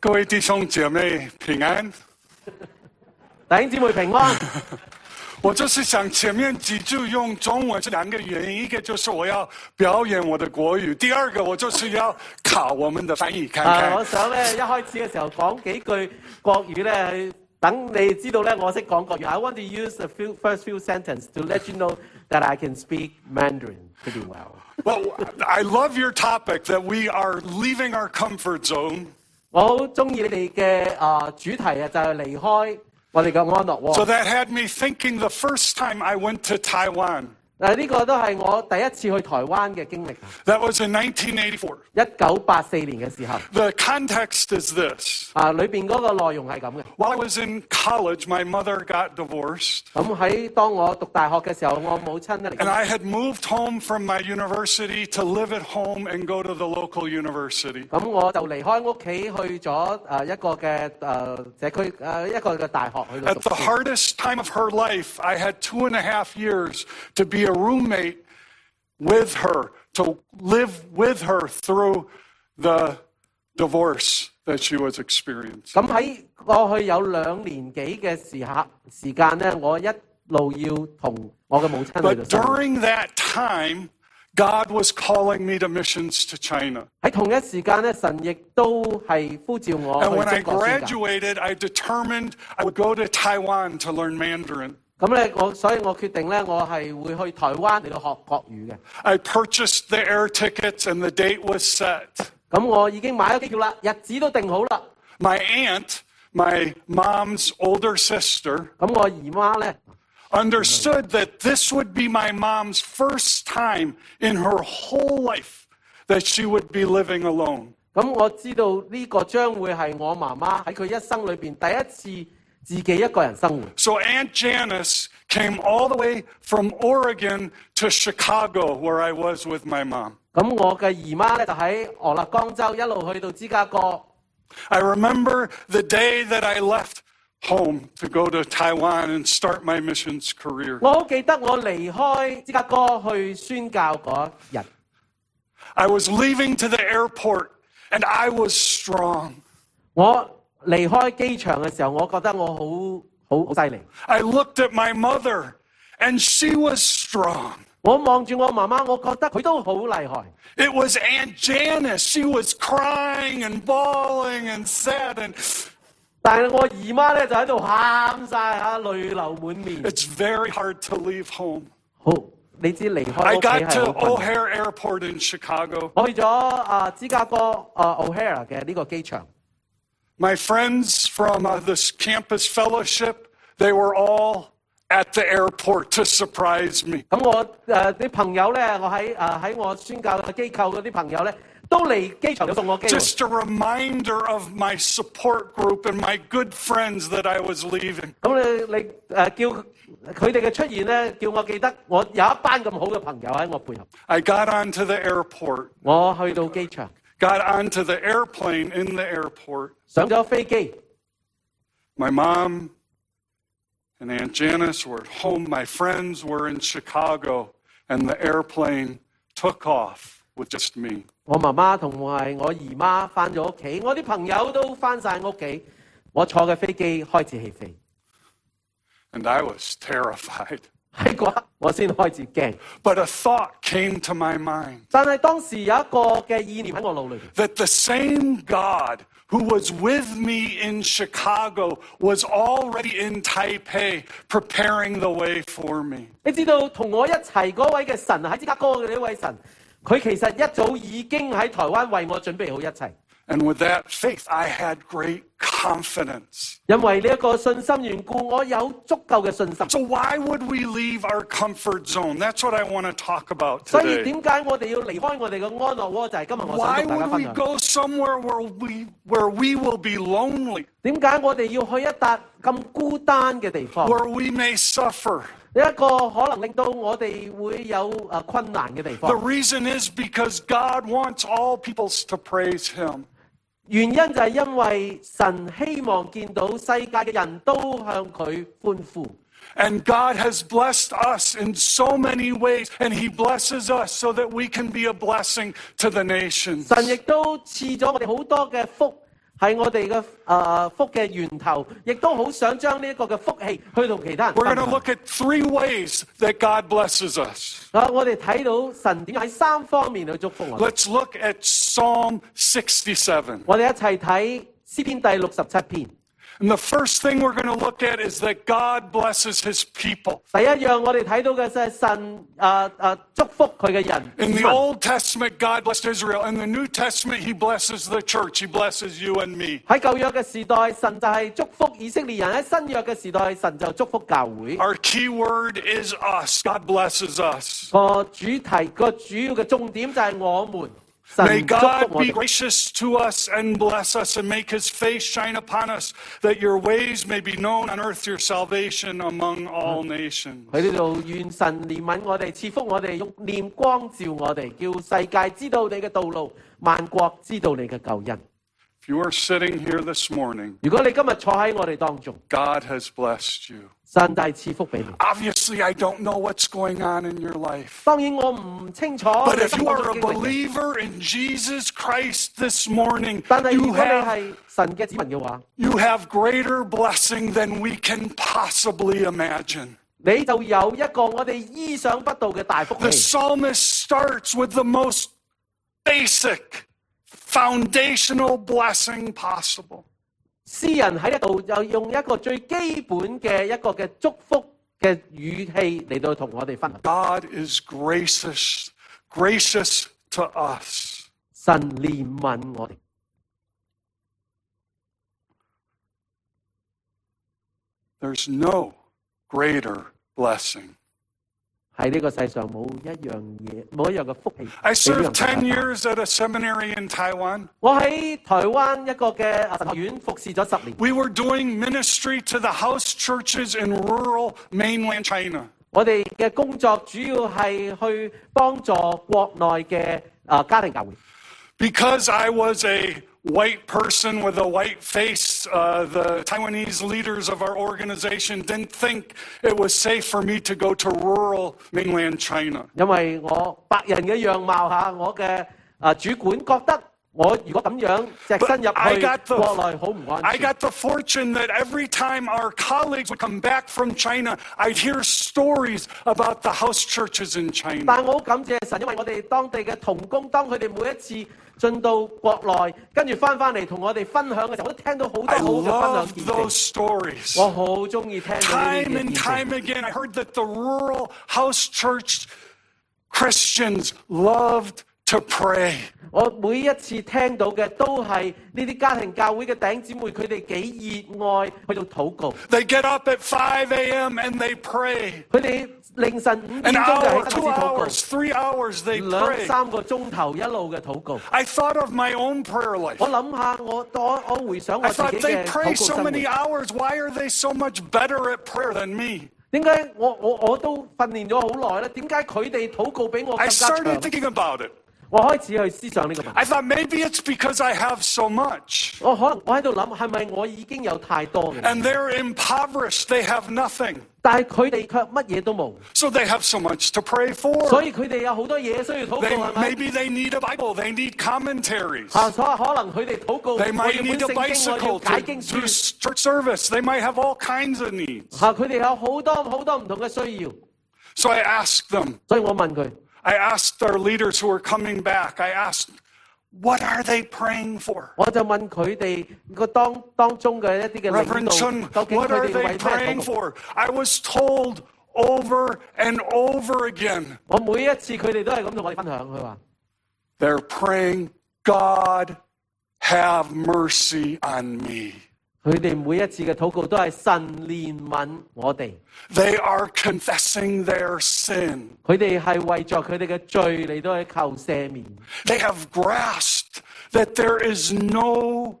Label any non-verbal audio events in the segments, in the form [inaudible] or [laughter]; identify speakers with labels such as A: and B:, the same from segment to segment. A: 各位弟兄姐妹平安。
B: 弟兄姊妹
A: [laughs]
B: 平安。啊
A: 我就是想前面几句用中文是两个原因，一个就是我要表演我的国语，第二个我就是要考我们的翻译，看
B: 啊，
A: 看
B: 我想咧一開始嘅時候講幾句國語咧，去等你知道咧我識講國語。I want to use the few, first few sentences to let you know that I can speak Mandarin pretty well。 [laughs]
A: Well, I love your topic that we are leaving our comfort zone
B: 我好中意你哋嘅啊主題啊，就係、離開我哋嘅安樂
A: So
B: 窩。
A: that had me thinking the first time I went to Taiwan.
B: 嗱，呢個都係我第一次去台灣嘅經歷。
A: That was in 1984.
B: 一九八四年嘅時候，
A: The context is this.
B: 啊裏邊嗰個內容係咁嘅。
A: While I was in college, my mother got divorced,
B: 咁喺當我讀大學嘅時候，我母親咧離
A: and
B: 婚
A: I had moved home from my university to live at home and go to the local university.
B: 咁我就離開屋企去咗誒一個嘅誒社區呃誒一個嘅大學去到
A: At
B: 讀
A: the
B: 書。
A: hardest time of her life, I had two and a half years to be a roommate with her, to live with her through the divorce that she was experiencing.
B: 咁喺過去有兩年幾嘅時下時間咧，我一路要同我嘅母親去到
A: But
B: 生活。
A: during that time, God was calling me to missions to China.
B: 喺同一時間咧，神亦都係呼召我
A: And when
B: 去
A: I
B: 中國宣教。
A: graduated, I determined I would go to Taiwan to learn Mandarin.
B: 咁咧，我所以我決定咧，我係會去台灣嚟到學國語嘅。
A: I purchased the air tickets and the date was set.
B: 咁我已經買咗機票啦，日子都定好啦。
A: My aunt, my mom's older sister,
B: 咁我姨媽咧
A: understood that this would be my mom's first time in her whole life that she would be living alone.
B: 咁我知道呢個將會係我媽媽喺佢一生裏邊第一次自己一個人生活。
A: So Aunt Janice came all the way from Oregon to Chicago, where I was with my mom.
B: 咁我嘅姨媽咧就喺俄勒岡州一路去到芝加哥。
A: I remember the day that I left home to go to Taiwan and start my missions career.
B: 我好記得我離開芝加哥去宣教嗰日，
A: I was leaving to the airport and I was strong.
B: 我離開機場嘅時候，我覺得我好好好犀利。
A: I looked at my mother and she was strong.
B: 我望住我媽媽，我覺得佢都好厲害。
A: It was Aunt Janice. She was crying and bawling and sad. And
B: 但係我姨媽咧就喺度喊晒嚇，淚流滿面。
A: it's very hard to leave home.
B: 好，你知離開
A: I
B: 屋企
A: got
B: 係好
A: to oh,
B: 困難
A: O'Hare Airport in Chicago.
B: 我去咗啊芝加哥啊 O'Hare 嘅呢個機場，
A: My friends from uh, this campus fellowship, they were all at the airport to surprise me.
B: 咁我誒啲、朋友咧，我喺誒喺我宣教嘅機構嗰啲朋友咧，都嚟機場送我機會。
A: Just a reminder of my support group and my good friends that I was leaving.
B: 咁你你誒、叫佢哋嘅出現咧，叫我記得我有一班咁好嘅朋友喺我背後。
A: I got onto the airport,
B: 我去到機場，
A: got onto the airplane in the airport.
B: 上咗飛機，
A: My mom and Aunt Janice were at home. My friends were in Chicago, and the airplane took off with just me.
B: 我媽媽同埋我姨媽翻咗屋企，我啲朋友都翻晒屋企，我坐嘅飛機開始起飛。
A: And I was terrified.
B: 喺嗰刻我先開始驚，
A: But a thought came to my mind
B: 但係當時有一個嘅意念喺我腦裏邊。
A: that the same God who was with me in Chicago was already in Taipei preparing the way for me.
B: 你知道同我一齊嗰位嘅神喺芝加哥嘅呢位神，佢其實一早已經喺台灣為我準備好一切，
A: And with that faith, I had great confidence.
B: 因為呢一個信心緣故，我有足夠嘅信心。
A: So, why would we leave our comfort zone? That's what I want to talk about
B: 所以
A: today.
B: 點解我哋要離開我哋嘅安樂窩？就係、今日我想
A: Why
B: 同大家
A: would
B: 分
A: we
B: 享。
A: go somewhere where we, where we will be lonely,
B: 點解我哋要去一笪咁孤單嘅地方？
A: where we may suffer?
B: 一個可能令到我哋會有誒困難嘅地
A: The
B: 方。
A: reason is because God wants all peoples to praise Him.
B: 原因就係因為神希望見到世界嘅人都向佢歡呼。
A: And God has blessed us in so many ways, and He blesses us so that we can be a blessing to the nations.
B: 神亦都賜咗我哋好多嘅福，係我哋嘅誒福嘅源頭，亦都好想將呢一個嘅福氣去到其他人
A: We're going
B: 身
A: to
B: 上。
A: look at three ways that God blesses us.
B: 啊，我哋睇到神點喺三方面去祝福我哋。
A: Let's look at Psalm 67.
B: 我哋一齊睇詩篇第六十七篇。
A: And the first thing we're going to look at is that God blesses his people.
B: 第一樣我哋睇到嘅就係神啊啊祝福佢嘅人。
A: In the Old Testament, God blessed Israel. In the New Testament, he blesses the church, he blesses you and me.
B: 喺舊約嘅時代，神就係祝福以色列人；喺新約嘅時代，神就祝福教會。
A: Our key word is us. God blesses us.
B: 個主題個主要嘅重點就係我們，神
A: May
B: 祝福
A: God
B: 我
A: be
B: 哋。
A: gracious to us and bless us and make his face shine upon us, that your ways may be known on earth, your salvation among all nations.
B: 喺呢度，願神憐憫我哋，賜福我哋，用念光照我哋，叫世界知道你嘅道路，萬國知道你嘅救恩。
A: If you are sitting here this morning,
B: 如果你今日坐喺我哋當中，
A: God has blessed you.
B: 神就係賜福俾你。
A: Obviously, I don't know what's going on in your life.
B: 當然我唔清楚
A: But
B: 你
A: if
B: 心
A: you
B: 目中
A: are
B: 嘅
A: a
B: 經歷嘅，
A: believer in Jesus Christ this morning,
B: 但係如
A: you
B: 果你
A: have,
B: 係神嘅子民嘅話，
A: you have greater blessing than we can possibly imagine.
B: 你就有一個我哋意想不到嘅大福
A: The
B: 氣。
A: psalmist starts with the most basic, foundational blessing possible.
B: 詩人喺度就用一個最基本嘅一個嘅祝福嘅語氣嚟到同我哋分享。
A: God is gracious, gracious to us.
B: 神憐憫我哋，
A: There's no greater blessing.
B: 喺呢個世上冇一樣嘢，冇一樣嘅福氣。
A: I
B: 俾
A: served
B: 呢樣世界
A: 10 years at a seminary in Taiwan.
B: 我喺台灣一個嘅神學院服侍咗十年，
A: We were doing ministry to the house churches in rural mainland China.
B: 我哋嘅工作主要係去幫助國內嘅啊家庭教會。
A: Because I was a white person with a white face, uh, the Taiwanese leaders of our organization didn't think it was safe for me to go to rural mainland China.
B: 因為我白人嘅樣貌嚇，我嘅啊主管覺得我如果咁樣隻身入
A: But I got
B: 去
A: the-
B: 國內好唔安
A: I
B: 全。
A: got the fortune that every time our colleagues would come back from China, I'd hear stories about the house churches in China.
B: 但我好感謝神，因為我哋當地嘅童工，當佢哋每一次進到國內，跟住翻翻嚟同我哋分享嘅時候，我都聽到好多
A: I
B: 好嘅
A: loved
B: 分享見
A: those
B: 證。
A: stories.
B: 我好中意聽到呢啲
A: Time
B: 嘅見
A: and
B: 證。
A: time again, I heard that the rural house church Christians loved to pray.
B: 我每一次聽到嘅都係呢啲家庭教會嘅弟兄姊妹，佢哋幾熱愛去到禱告，
A: They get up at 5 a.m. and they pray.
B: 佢哋凌晨五點
A: An
B: 鐘就
A: hour,
B: 喺
A: two
B: 度禱告。
A: hours, three hours, they
B: 兩
A: pray.
B: 三個鐘頭一路嘅禱告。
A: I thought of my own prayer life.
B: 我諗下，我我我回想我
A: I
B: 自
A: thought
B: 己
A: they
B: 嘅禱
A: pray
B: 告
A: so
B: 生活，
A: many hours. Why are they so much better at prayer than me?
B: 點解我我我都訓練咗好耐咧？點解佢哋禱告比我更
A: I
B: 加
A: started
B: 長？
A: thinking about it.
B: 我開始去思想呢個問題。
A: I thought maybe it's because I have so much
B: 我可能我喺度諗，係咪我已經有太多嘅？
A: and they're impoverished. They have nothing.
B: 但係佢哋卻乜嘢都冇，
A: So they have so much to pray for.
B: 所以佢哋有好多嘢需要禱告，
A: They,
B: 係咪？
A: maybe they need a Bible. They need commentaries.
B: 啊，所以可能佢哋禱告，我
A: They
B: 要本
A: might need a
B: 聖經，我要
A: bicycle
B: 解
A: to
B: 經
A: do
B: 書。
A: s- church service. They might have all kinds of needs.
B: 啊，佢哋有好多好多唔同嘅需要，
A: So I asked them.
B: 所以我問佢：
A: I asked our leaders who were coming back. I asked, what are they praying for?
B: 我就問佢哋個當當中嘅一啲嘅
A: Reverend
B: 領
A: Sun,
B: 導，究竟佢
A: what
B: 哋
A: are
B: 為咩
A: they
B: 禱
A: praying
B: 告？
A: for? I was told over and over again,
B: 我每一次佢哋都係咁同我哋分享，佢話
A: they're praying, God, have mercy on me.
B: 佢哋每一次嘅禱告都係神憐憫我哋，
A: They are confessing their sin.
B: 佢哋係為着佢哋嘅罪嚟到去求赦免，
A: They have grasped that there is no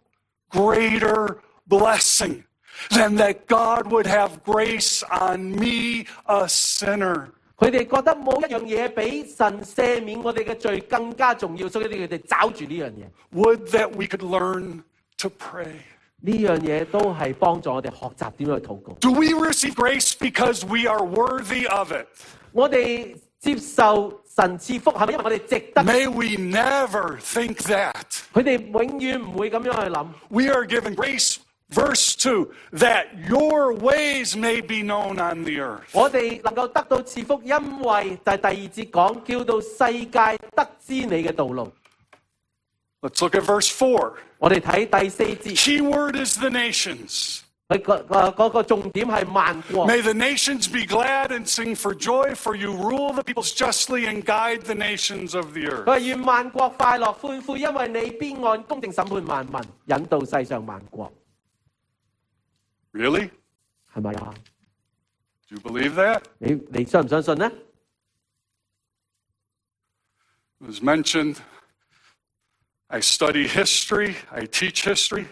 A: greater blessing than that God would have grace on me, a sinner.
B: 佢哋覺得冇一樣嘢比神赦免我哋嘅罪更加重要，所以佢哋找住呢樣嘢，
A: Would that we could learn to pray.
B: 呢樣嘢都係幫助我哋學習點樣去禱告。
A: Do we receive grace because we are worthy of it?
B: 我哋接受神賜福，係咪因為我哋值得？
A: May we never think that.
B: 佢哋永遠唔會咁樣去諗。
A: We are given grace, verse 2, that your ways may be known on the earth.
B: 我哋能夠得到賜福，因為就係第二節講，叫到世界得知你嘅道路。
A: Let's look at verse 4.
B: 我哋睇第四節，
A: Key word is the nations.
B: 佢個個嗰個重點係萬國。
A: May the nations be glad and sing for joy, for you rule the peoples justly and guide the nations of the
B: 佢
A: earth.
B: 話願萬國快樂歡呼，因為你必按公正審判萬民，引導世上萬國，
A: Really? Do
B: 係咪啊？
A: you believe that?
B: 你你相唔相信呢？
A: It was mentioned. I study history, I teach history.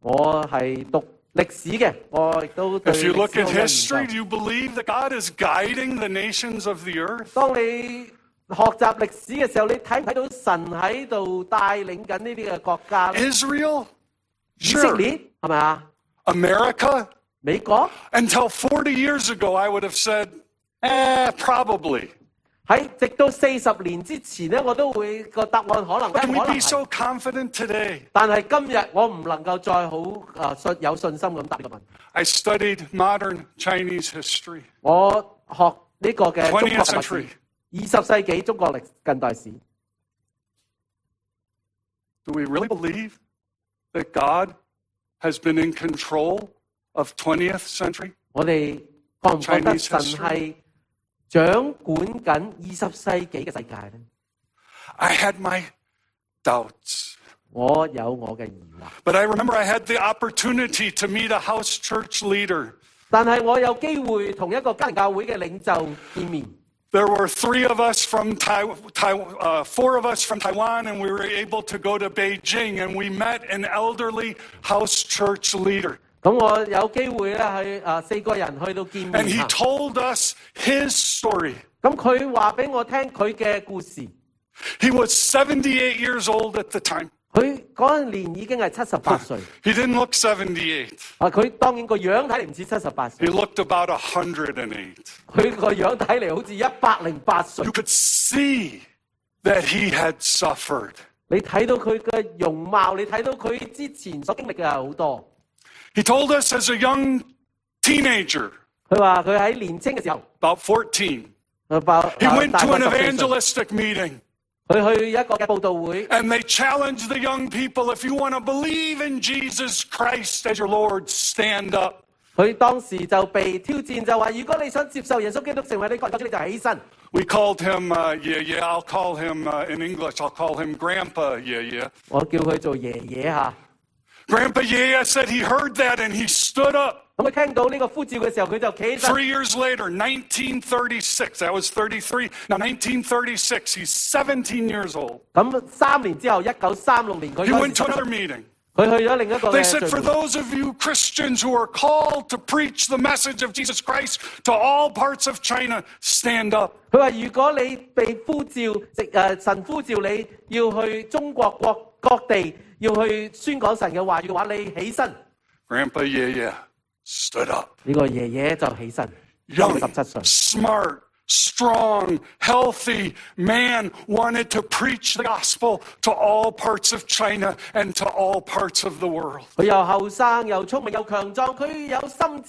B: 我係讀歷史嘅，我亦都對
A: If you
B: 歷
A: look
B: 史
A: at
B: 好有研
A: history,
B: 究
A: do you believe that God is guiding the nations of the earth?
B: 當你學習歷史嘅時候，你睇唔睇到神喺度帶領緊呢啲嘅國家呢？
A: Israel?
B: 以色
A: Sure.
B: 列係咪啊？
A: America?
B: 美國
A: Until 40 years ago, I would have said, eh, probably.
B: 喺直到四十年之前咧，我都會個答案可
A: Can
B: 能可
A: we
B: 能
A: be
B: 係
A: so confident today?
B: 但係今日我唔能夠再好誒信、有信心咁答呢個問題。
A: I studied modern Chinese history.
B: 我學呢個嘅中國
A: 20th
B: 歷
A: century
B: 史，二十世紀中國歷近代史，
A: Do we really believe that God has been in control of 20th century?
B: 我哋覺唔覺得
A: Chinese
B: 神
A: history
B: 係掌管緊二十世紀嘅世界咧？
A: I had my doubts.
B: 我有我嘅疑惑，
A: But I remember I had the opportunity to meet a house church leader.
B: 但係我有機會同一個家庭教會嘅領袖見面。
A: There were three of us from Taiwan, uh, four of us from Taiwan, and we were able to go to Beijing, and we met an elderly house church leader.
B: 咁我有機會咧去啊四個人去到見
A: And
B: 面
A: he
B: 嚇
A: told us his story.
B: 咁佢話俾我聽佢嘅故事。
A: He was 78 years old at the time.
B: 佢嗰一年已經係七十八歲，
A: He didn't look 78.
B: 啊佢當然個樣睇嚟唔似七十八歲
A: He，looked about 108.
B: 佢個樣睇嚟好似一百零八歲
A: You。could see that he had suffered.
B: 你睇到佢嘅容貌，你睇到佢之前所經歷嘅係好多。
A: He told us as a young teenager,
B: 佢話佢喺年青嘅時候，
A: about 14,
B: 佢爆
A: he
B: 啊
A: went
B: 大
A: to
B: 概
A: an
B: 十四歲
A: evangelistic meeting
B: 佢去一個嘅報道會，
A: and they challenged the young people if you want to believe in Jesus Christ as your Lord, stand up.
B: 佢當時就被挑戰，就話：如果你想接受耶穌基督成為你個人救主，你就起身。
A: We called him, uh, yeah, yeah, I'll call him uh, in English, I'll call him Grandpa, yeah, yeah.
B: 我叫佢做爺爺嚇。
A: Grandpa Yaya said he heard that and he stood up.
B: 咁佢聽到呢個呼召嘅時候，佢就企起身。
A: Three years later, 1936, that was 33. Now, 1936, he's 17 years old.
B: 咁三年之後，一九三六年佢
A: He
B: 嗰
A: went
B: 時
A: to another meeting.
B: 佢去咗另一個
A: They
B: 嘅
A: said,
B: 聚
A: For
B: 會。
A: those of you Christians who are called to preach the message of Jesus Christ to all parts of China, stand up.
B: 佢話：如果你被呼召，直誒、呃神呼召你要去中國各各地要去宣講神嘅話語嘅話，你起身。
A: Grandpa Yaya stood up.
B: 呢、個爺爺就起身，
A: Young,
B: 十七歲，
A: smart, strong, healthy man wanted to preach the gospel to all parts of China and to all parts of the world.
B: 佢又後生又聰明又強壯，佢有心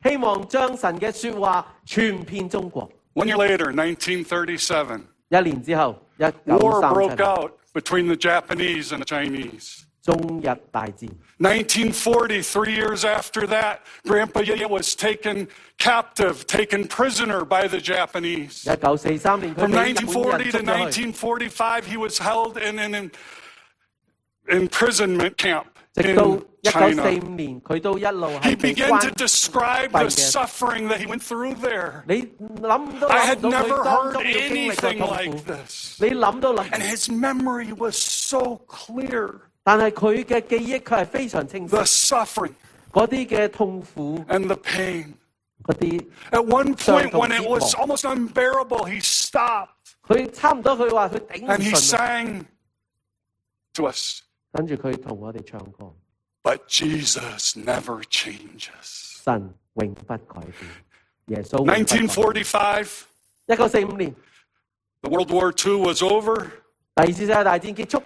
B: 智，希望將神嘅説話傳遍中國。
A: One year later, 1937,
B: 一年之後，一
A: war
B: 九
A: broke
B: 三
A: out between the Japanese and the Chinese.
B: 七中日大戰。
A: 1940, three years after that, Grandpa Yaya was taken captive, taken prisoner by the Japanese.
B: 一九四三年，佢
A: From
B: 俾日本
A: 1940 to
B: 人捉咗去，
A: 1945, he was held in an in- imprisonment camp
B: 直到
A: in
B: 一九
A: China.
B: 四五年，佢都一路
A: He
B: 係被
A: began
B: 關
A: to。describe the
B: Thank you.
A: suffering that he went through there.
B: 你諗都
A: I
B: 諗
A: had
B: 唔到
A: never
B: 佢當
A: heard
B: 中要經歷嘅
A: anything
B: 痛苦
A: like，this.
B: 你諗都
A: And
B: 諗，
A: his memory was so clear
B: 但係佢嘅記憶佢係非常清晰，
A: the suffering
B: 嗰啲嘅痛苦，
A: and the pain.
B: 嗰啲
A: At one point, when it
B: Sorry,
A: was
B: Paul.
A: almost unbearable, he stopped
B: 佢差唔多佢話佢頂唔
A: and he
B: 順啦，
A: sang to us,
B: 跟住佢同我哋唱歌，
A: But Jesus never changes.
B: 神永不改變，耶穌永不改變。
A: 1945,
B: 一九四五年，
A: The World War II was over.
B: 第二次世界大戰結束，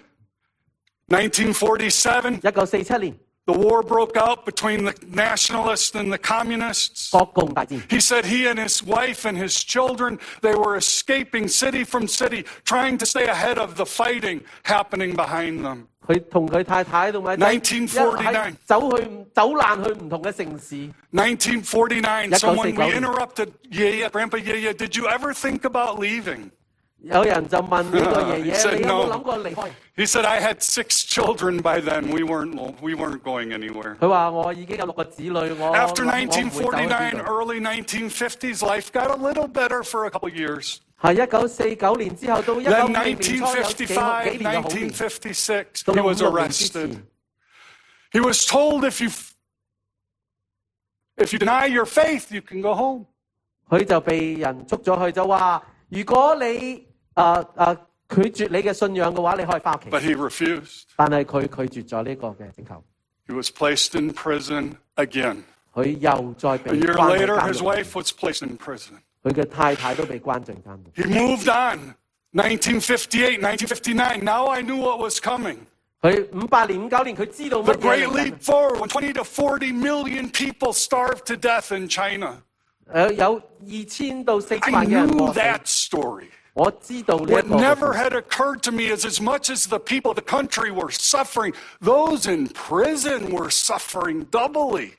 A: 1947,
B: 一九四七年
A: the war broke out between the nationalists and the communists.
B: 國共大戰。
A: He said he and his wife and his children, they were escaping city from city, trying to stay ahead of the fighting happening behind them.
B: 佢同佢太太同埋 Dạ,
A: 1949
B: 走去唔走難去唔同嘅城市。
A: 1949,
B: That
A: someone
B: goes
A: we
B: to-
A: interrupted. Yeah, yeah, Grandpa, yeah, yeah. Did you ever think about leaving?
B: 有人就問呢
A: [laughs]
B: 個爺
A: He said
B: 爺：你有冇
A: no.
B: 諗過離開？
A: He said, I had six children by then. We weren't, we weren't going anywhere.
B: 佢話：我已經有六個子女，我
A: After
B: 我唔會走去
A: 1949,
B: 邊度
A: early 1950s, life got a little better for a couple years.
B: 係一九四九年之後到一九
A: Then
B: 五零年初有幾
A: 1955,
B: 幾年嘅好年，
A: 1956,
B: 到
A: he
B: 到五
A: was
B: 六年之前
A: arrested. He was told if you if you deny your faith, you can go home.
B: 佢就被人捉咗去，就話：如果你啊啊拒絕你嘅信仰嘅話，你可以翻屋企。
A: But he refused.
B: 但係佢拒絕咗呢個嘅請求，
A: He was placed in prison again.
B: 佢又再被
A: A year
B: 關進
A: later,
B: 監
A: his
B: 獄，
A: wife was placed in prison.
B: 佢嘅太太都被關進監獄。
A: He moved on. 1958, 1959. Now I knew what was coming.
B: 佢五八年、五九年，佢知道
A: The
B: 乜嘢
A: Great
B: 嚟緊
A: Leap Forward, when 20 to 40 million people starved to death in China.
B: 誒呃有二千到四千
A: I
B: 萬嘅人
A: knew
B: 餓死
A: that story.
B: 我知道呢一個
A: What
B: 嘅
A: never
B: 故事
A: had occurred to me is as much as the people of the country were suffering, those in prison were suffering doubly.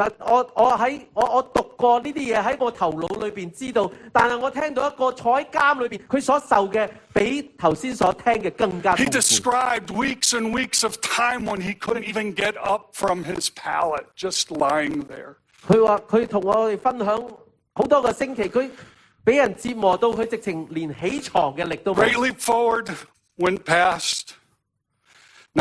B: 但我我喺我我讀過呢啲嘢喺我頭腦裏邊知道，但係我聽到一個坐喺監裏邊，佢所受嘅比頭先所聽嘅更加
A: He
B: 痛苦。
A: described weeks and weeks of time when he couldn't even get up from his pallet, just lying there.
B: 佢話佢同我哋分享好多個星期，佢俾人折磨到佢直情連起床嘅力都冇
A: Great。leap forward went past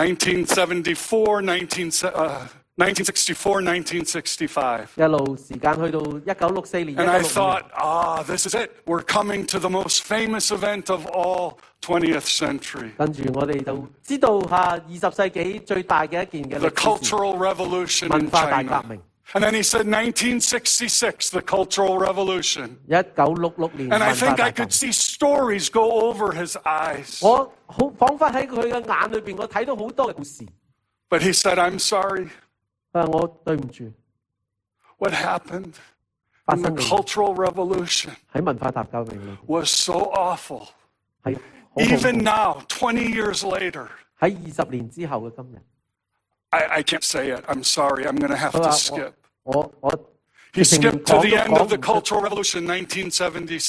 A: 1974, 19, uh, 1964, 1965.
B: 一路時間去到一九六四年、一
A: And
B: 九
A: I
B: 六五年，
A: thought, ah, this is it. We're coming to the most famous event of all 20th century.
B: 跟住我哋就知道嚇二十世紀最大嘅一件嘅
A: the
B: 歷史事
A: Cultural Revolution in
B: 文化大革命。
A: China. And then he said 1966, the Cultural Revolution.
B: 一九六六年
A: And I
B: 文化
A: think
B: 大
A: I
B: 革命
A: could see stories go over his eyes.
B: 我好彷彿喺佢嘅眼裏邊，我睇到好多嘅故事。
A: But he said, I'm sorry.
B: 佢話我對唔住，
A: What happened
B: 發
A: in the
B: 生嘅
A: Cultural Revolution
B: 喺文化大革命裏邊
A: was so awful.
B: 係好恐
A: Even
B: 怖。
A: now, 20 years later,
B: 喺二十年之後嘅今日，
A: I, I can't say it. I'm sorry. I'm going to have
B: 佢
A: to
B: 話
A: skip.
B: 我我我
A: He
B: 直情
A: skipped to
B: 講
A: the
B: 都
A: end of the
B: 講唔出
A: Cultural Revolution, 1976.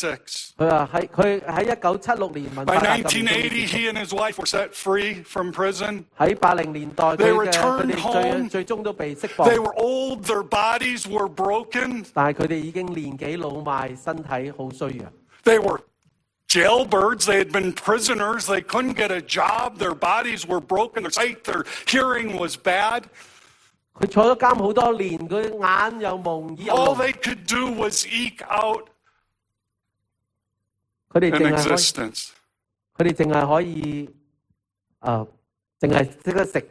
B: 佢話喺佢喺一九七六年文
A: By
B: 化大革命中
A: 1980, he and his wife were set free from prison.
B: 喺八零年代佢
A: They
B: 嘅
A: returned
B: 佢哋
A: home.
B: 最最終都被釋放，
A: They were old, their bodies were broken,
B: 但係佢哋已經年紀老邁，身體好衰弱。
A: they were jailbirds, they had been prisoners, they couldn't get a job, their bodies were broken, their sight, their hearing was bad.
B: 佢坐咗監好多年，佢眼又蒙，耳又
A: All
B: 聾，
A: they could do was eke out
B: 佢哋
A: an
B: 淨係可以。
A: existence.
B: 佢哋淨係可以誒，淨係識得食。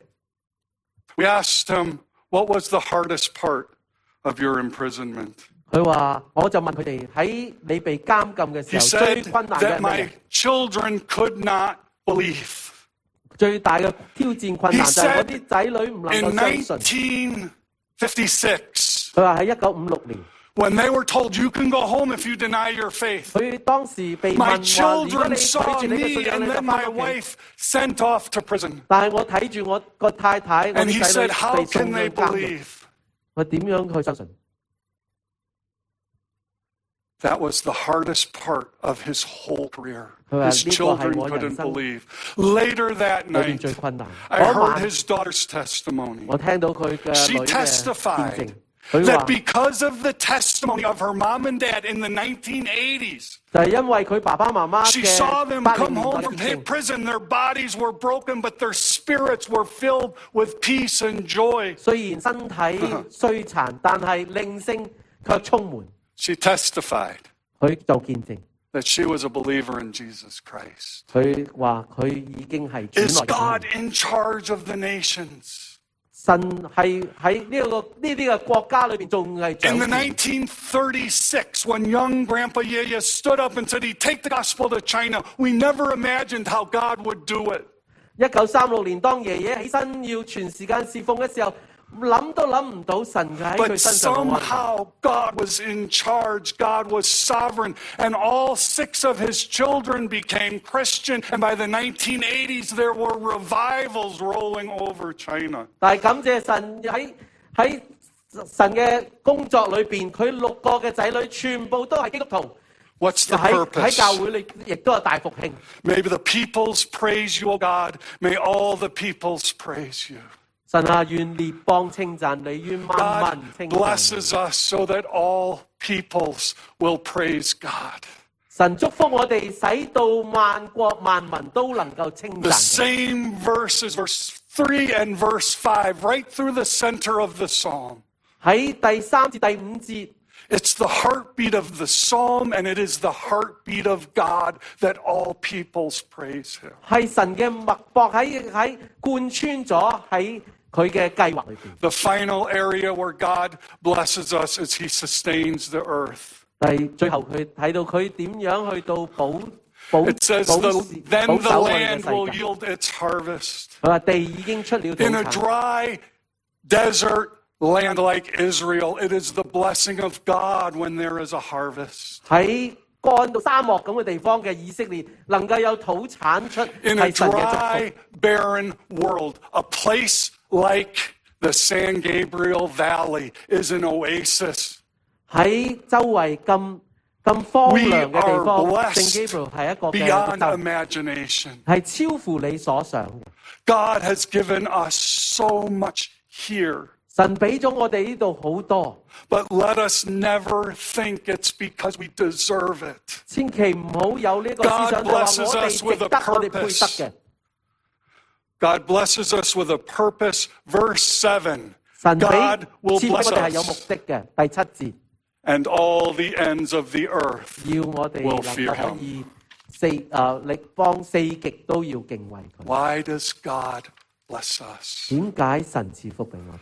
A: We asked him, What was the hardest part of your imprisonment?
B: 佢話：我就問佢哋喺你被監禁嘅
A: He
B: 時候，最
A: said
B: 困難嘅係
A: that
B: 乜嘢
A: my children could not believe.
B: 最大嘅挑戰困難
A: He
B: 就係
A: said
B: 我啲仔女唔能
A: In
B: 夠相信。
A: 1956,
B: 佢話喺一九五六年，
A: when they were told, You can go home if you deny your faith.
B: 佢當時被問
A: My
B: 話：如果你
A: children
B: 拒
A: saw
B: 絕你嘅信
A: me
B: 仰，你
A: and
B: 就
A: then
B: 翻
A: my
B: 屋企。
A: wife sent off to prison.
B: 但係我睇住我個太太，我
A: And he
B: 啲
A: said,
B: 仔女
A: How
B: 被
A: can
B: 送
A: they
B: 去監獄，
A: believe?
B: 我點樣去相信？
A: That was the hardest part of his whole career.
B: Well,
A: His
B: this
A: children
B: was my
A: couldn't
B: son.
A: believe. Later that
B: 裏邊
A: night,
B: 最困難。
A: I
B: 嗰
A: heard
B: 晚
A: his daughter's testimony.
B: 我聽到佢嘅
A: She
B: 女嘅見
A: testified
B: 證，佢
A: that。
B: 話
A: because of the testimony of her mom and dad in the 1980s,
B: 就係因為佢爸爸媽媽
A: She saw
B: 嘅
A: them
B: 八零
A: come
B: 年
A: home
B: 代
A: from
B: 見證，
A: prison. Their bodies were broken, but their spirits were filled with peace and joy.
B: 雖然身
A: [laughs]
B: 體衰殘，但係靈性卻充滿。
A: She testified
B: 佢做見證，
A: that she was a believer in Jesus Christ.
B: 佢話佢已經係主
A: Is
B: 內嘅
A: God
B: 人
A: in charge of the nations?
B: 神係喺呢個呢啲嘅國家裏邊仲係
A: In
B: 掌
A: the
B: 權。
A: 1936, when young Grandpa Yaya stood up and said he'd take the gospel to China, we never imagined how God would do it.
B: 一九三六年當爺爺起身要全時間侍奉嘅時候，諗都諗唔到神嘅喺佢
A: But
B: 身上嘅運行
A: somehow God was in charge. God was sovereign. And all six of his children became Christian. And by the 1980s, there were revivals rolling over China.
B: 但係感謝神喺喺神嘅工作裏邊，佢六個嘅仔女全部都係基督徒，
A: What's the
B: 喺喺
A: purpose?
B: 教會裏亦都有大復興。
A: May the peoples praise you, O God. May all the peoples praise you.
B: 神啊，願列邦稱讚你，願萬
A: God
B: 民稱讚你。
A: blesses us so that all peoples will praise God.
B: 神祝福我哋，使到萬國萬民都能夠稱
A: The
B: 讚你。
A: same verses, verse 3 and verse 5, right through the center of the psalm.
B: 喺第三至第五節，
A: It's the heartbeat of the psalm, and it is the heartbeat of God that all peoples praise Him.
B: 係神嘅脈搏喺喺貫穿咗喺佢嘅計劃裏邊。
A: The final area where God blesses us is He sustains the earth.
B: 但係最後佢睇到佢點樣去到保保保
A: It says,
B: 持
A: the, Then
B: 保
A: the
B: 守我哋
A: land will
B: 嘅世界。
A: yield its harvest.
B: 佢話地已經出了土
A: In a
B: 產，
A: dry desert land like Israel, it is the blessing of God when there is a harvest.
B: 喺乾到沙漠咁嘅地方嘅以色列能夠有土產出，
A: In a
B: 係神嘅祝福。
A: dry, barren world, a place like the San Gabriel Valley is an oasis.
B: 喺周圍咁咁荒
A: We
B: 涼嘅地
A: are
B: 方，
A: blessed
B: 聖 Gabriel 係一個嘅
A: beyond
B: 特質
A: imagination.
B: 係超乎你所想嘅。
A: God has given us so much here.
B: 神俾咗我哋呢度好多，
A: But let us never think it's because we deserve it.
B: 千祈唔好有呢個思
A: God
B: 想就話
A: blesses
B: 我哋
A: us with
B: 值
A: a
B: 得，我哋配得
A: purpose.
B: 嘅。
A: God blesses us with a purpose. Verse 7
B: 神俾
A: God
B: 賜我
A: will
B: 哋
A: bless
B: 係有目
A: us,
B: 的嘅。第七節。
A: and all the ends of the earth.
B: 要我哋
A: Will
B: 能
A: fear
B: 夠
A: him.
B: 可以四誒力幫四極都要敬畏佢。
A: Why does God bless us?
B: 點解神賜福俾我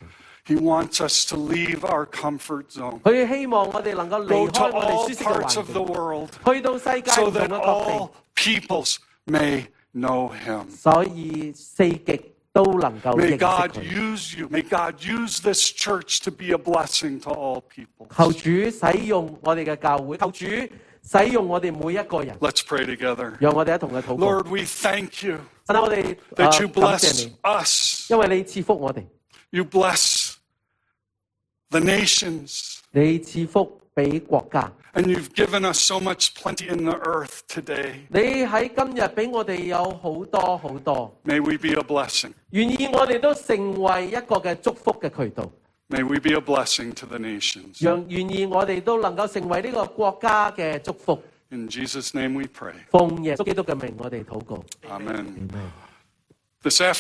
A: He wants us to leave our comfort zone,
B: 哋？佢希望我哋能夠
A: go
B: 離
A: to
B: 開我哋
A: all
B: 舒適嘅
A: parts
B: 環
A: of the
B: 境，
A: world,
B: 去到世界
A: so
B: 唔同
A: that
B: 嘅各地，
A: all peoples may know Him.
B: 所以四極都能夠認
A: May
B: 識
A: God
B: 佢。
A: use you. May God use this church to be a blessing to all people.
B: 求主使用我哋嘅教會，求主使用我哋每一個人，
A: Let's pray together.
B: 讓我哋一同去禱告。
A: Lord, we thank you
B: 神啊，我哋、呃
A: that you
B: 感謝
A: bless
B: 你，
A: us.
B: 因為你賜福我哋，
A: You bless the nations,
B: 你賜福俾國家，
A: and you've given us so much plenty in the earth today.
B: 你喺今日俾我哋有好多好多。
A: May we be a blessing.
B: 願意我哋都成為一個嘅祝福嘅渠道，
A: May we be a blessing to the nations.
B: 讓願意我哋都能夠成為呢個國家嘅祝福。
A: In Jesus' name we pray.
B: 奉耶穌基督嘅名，我哋禱告。
A: Amen. This afternoon,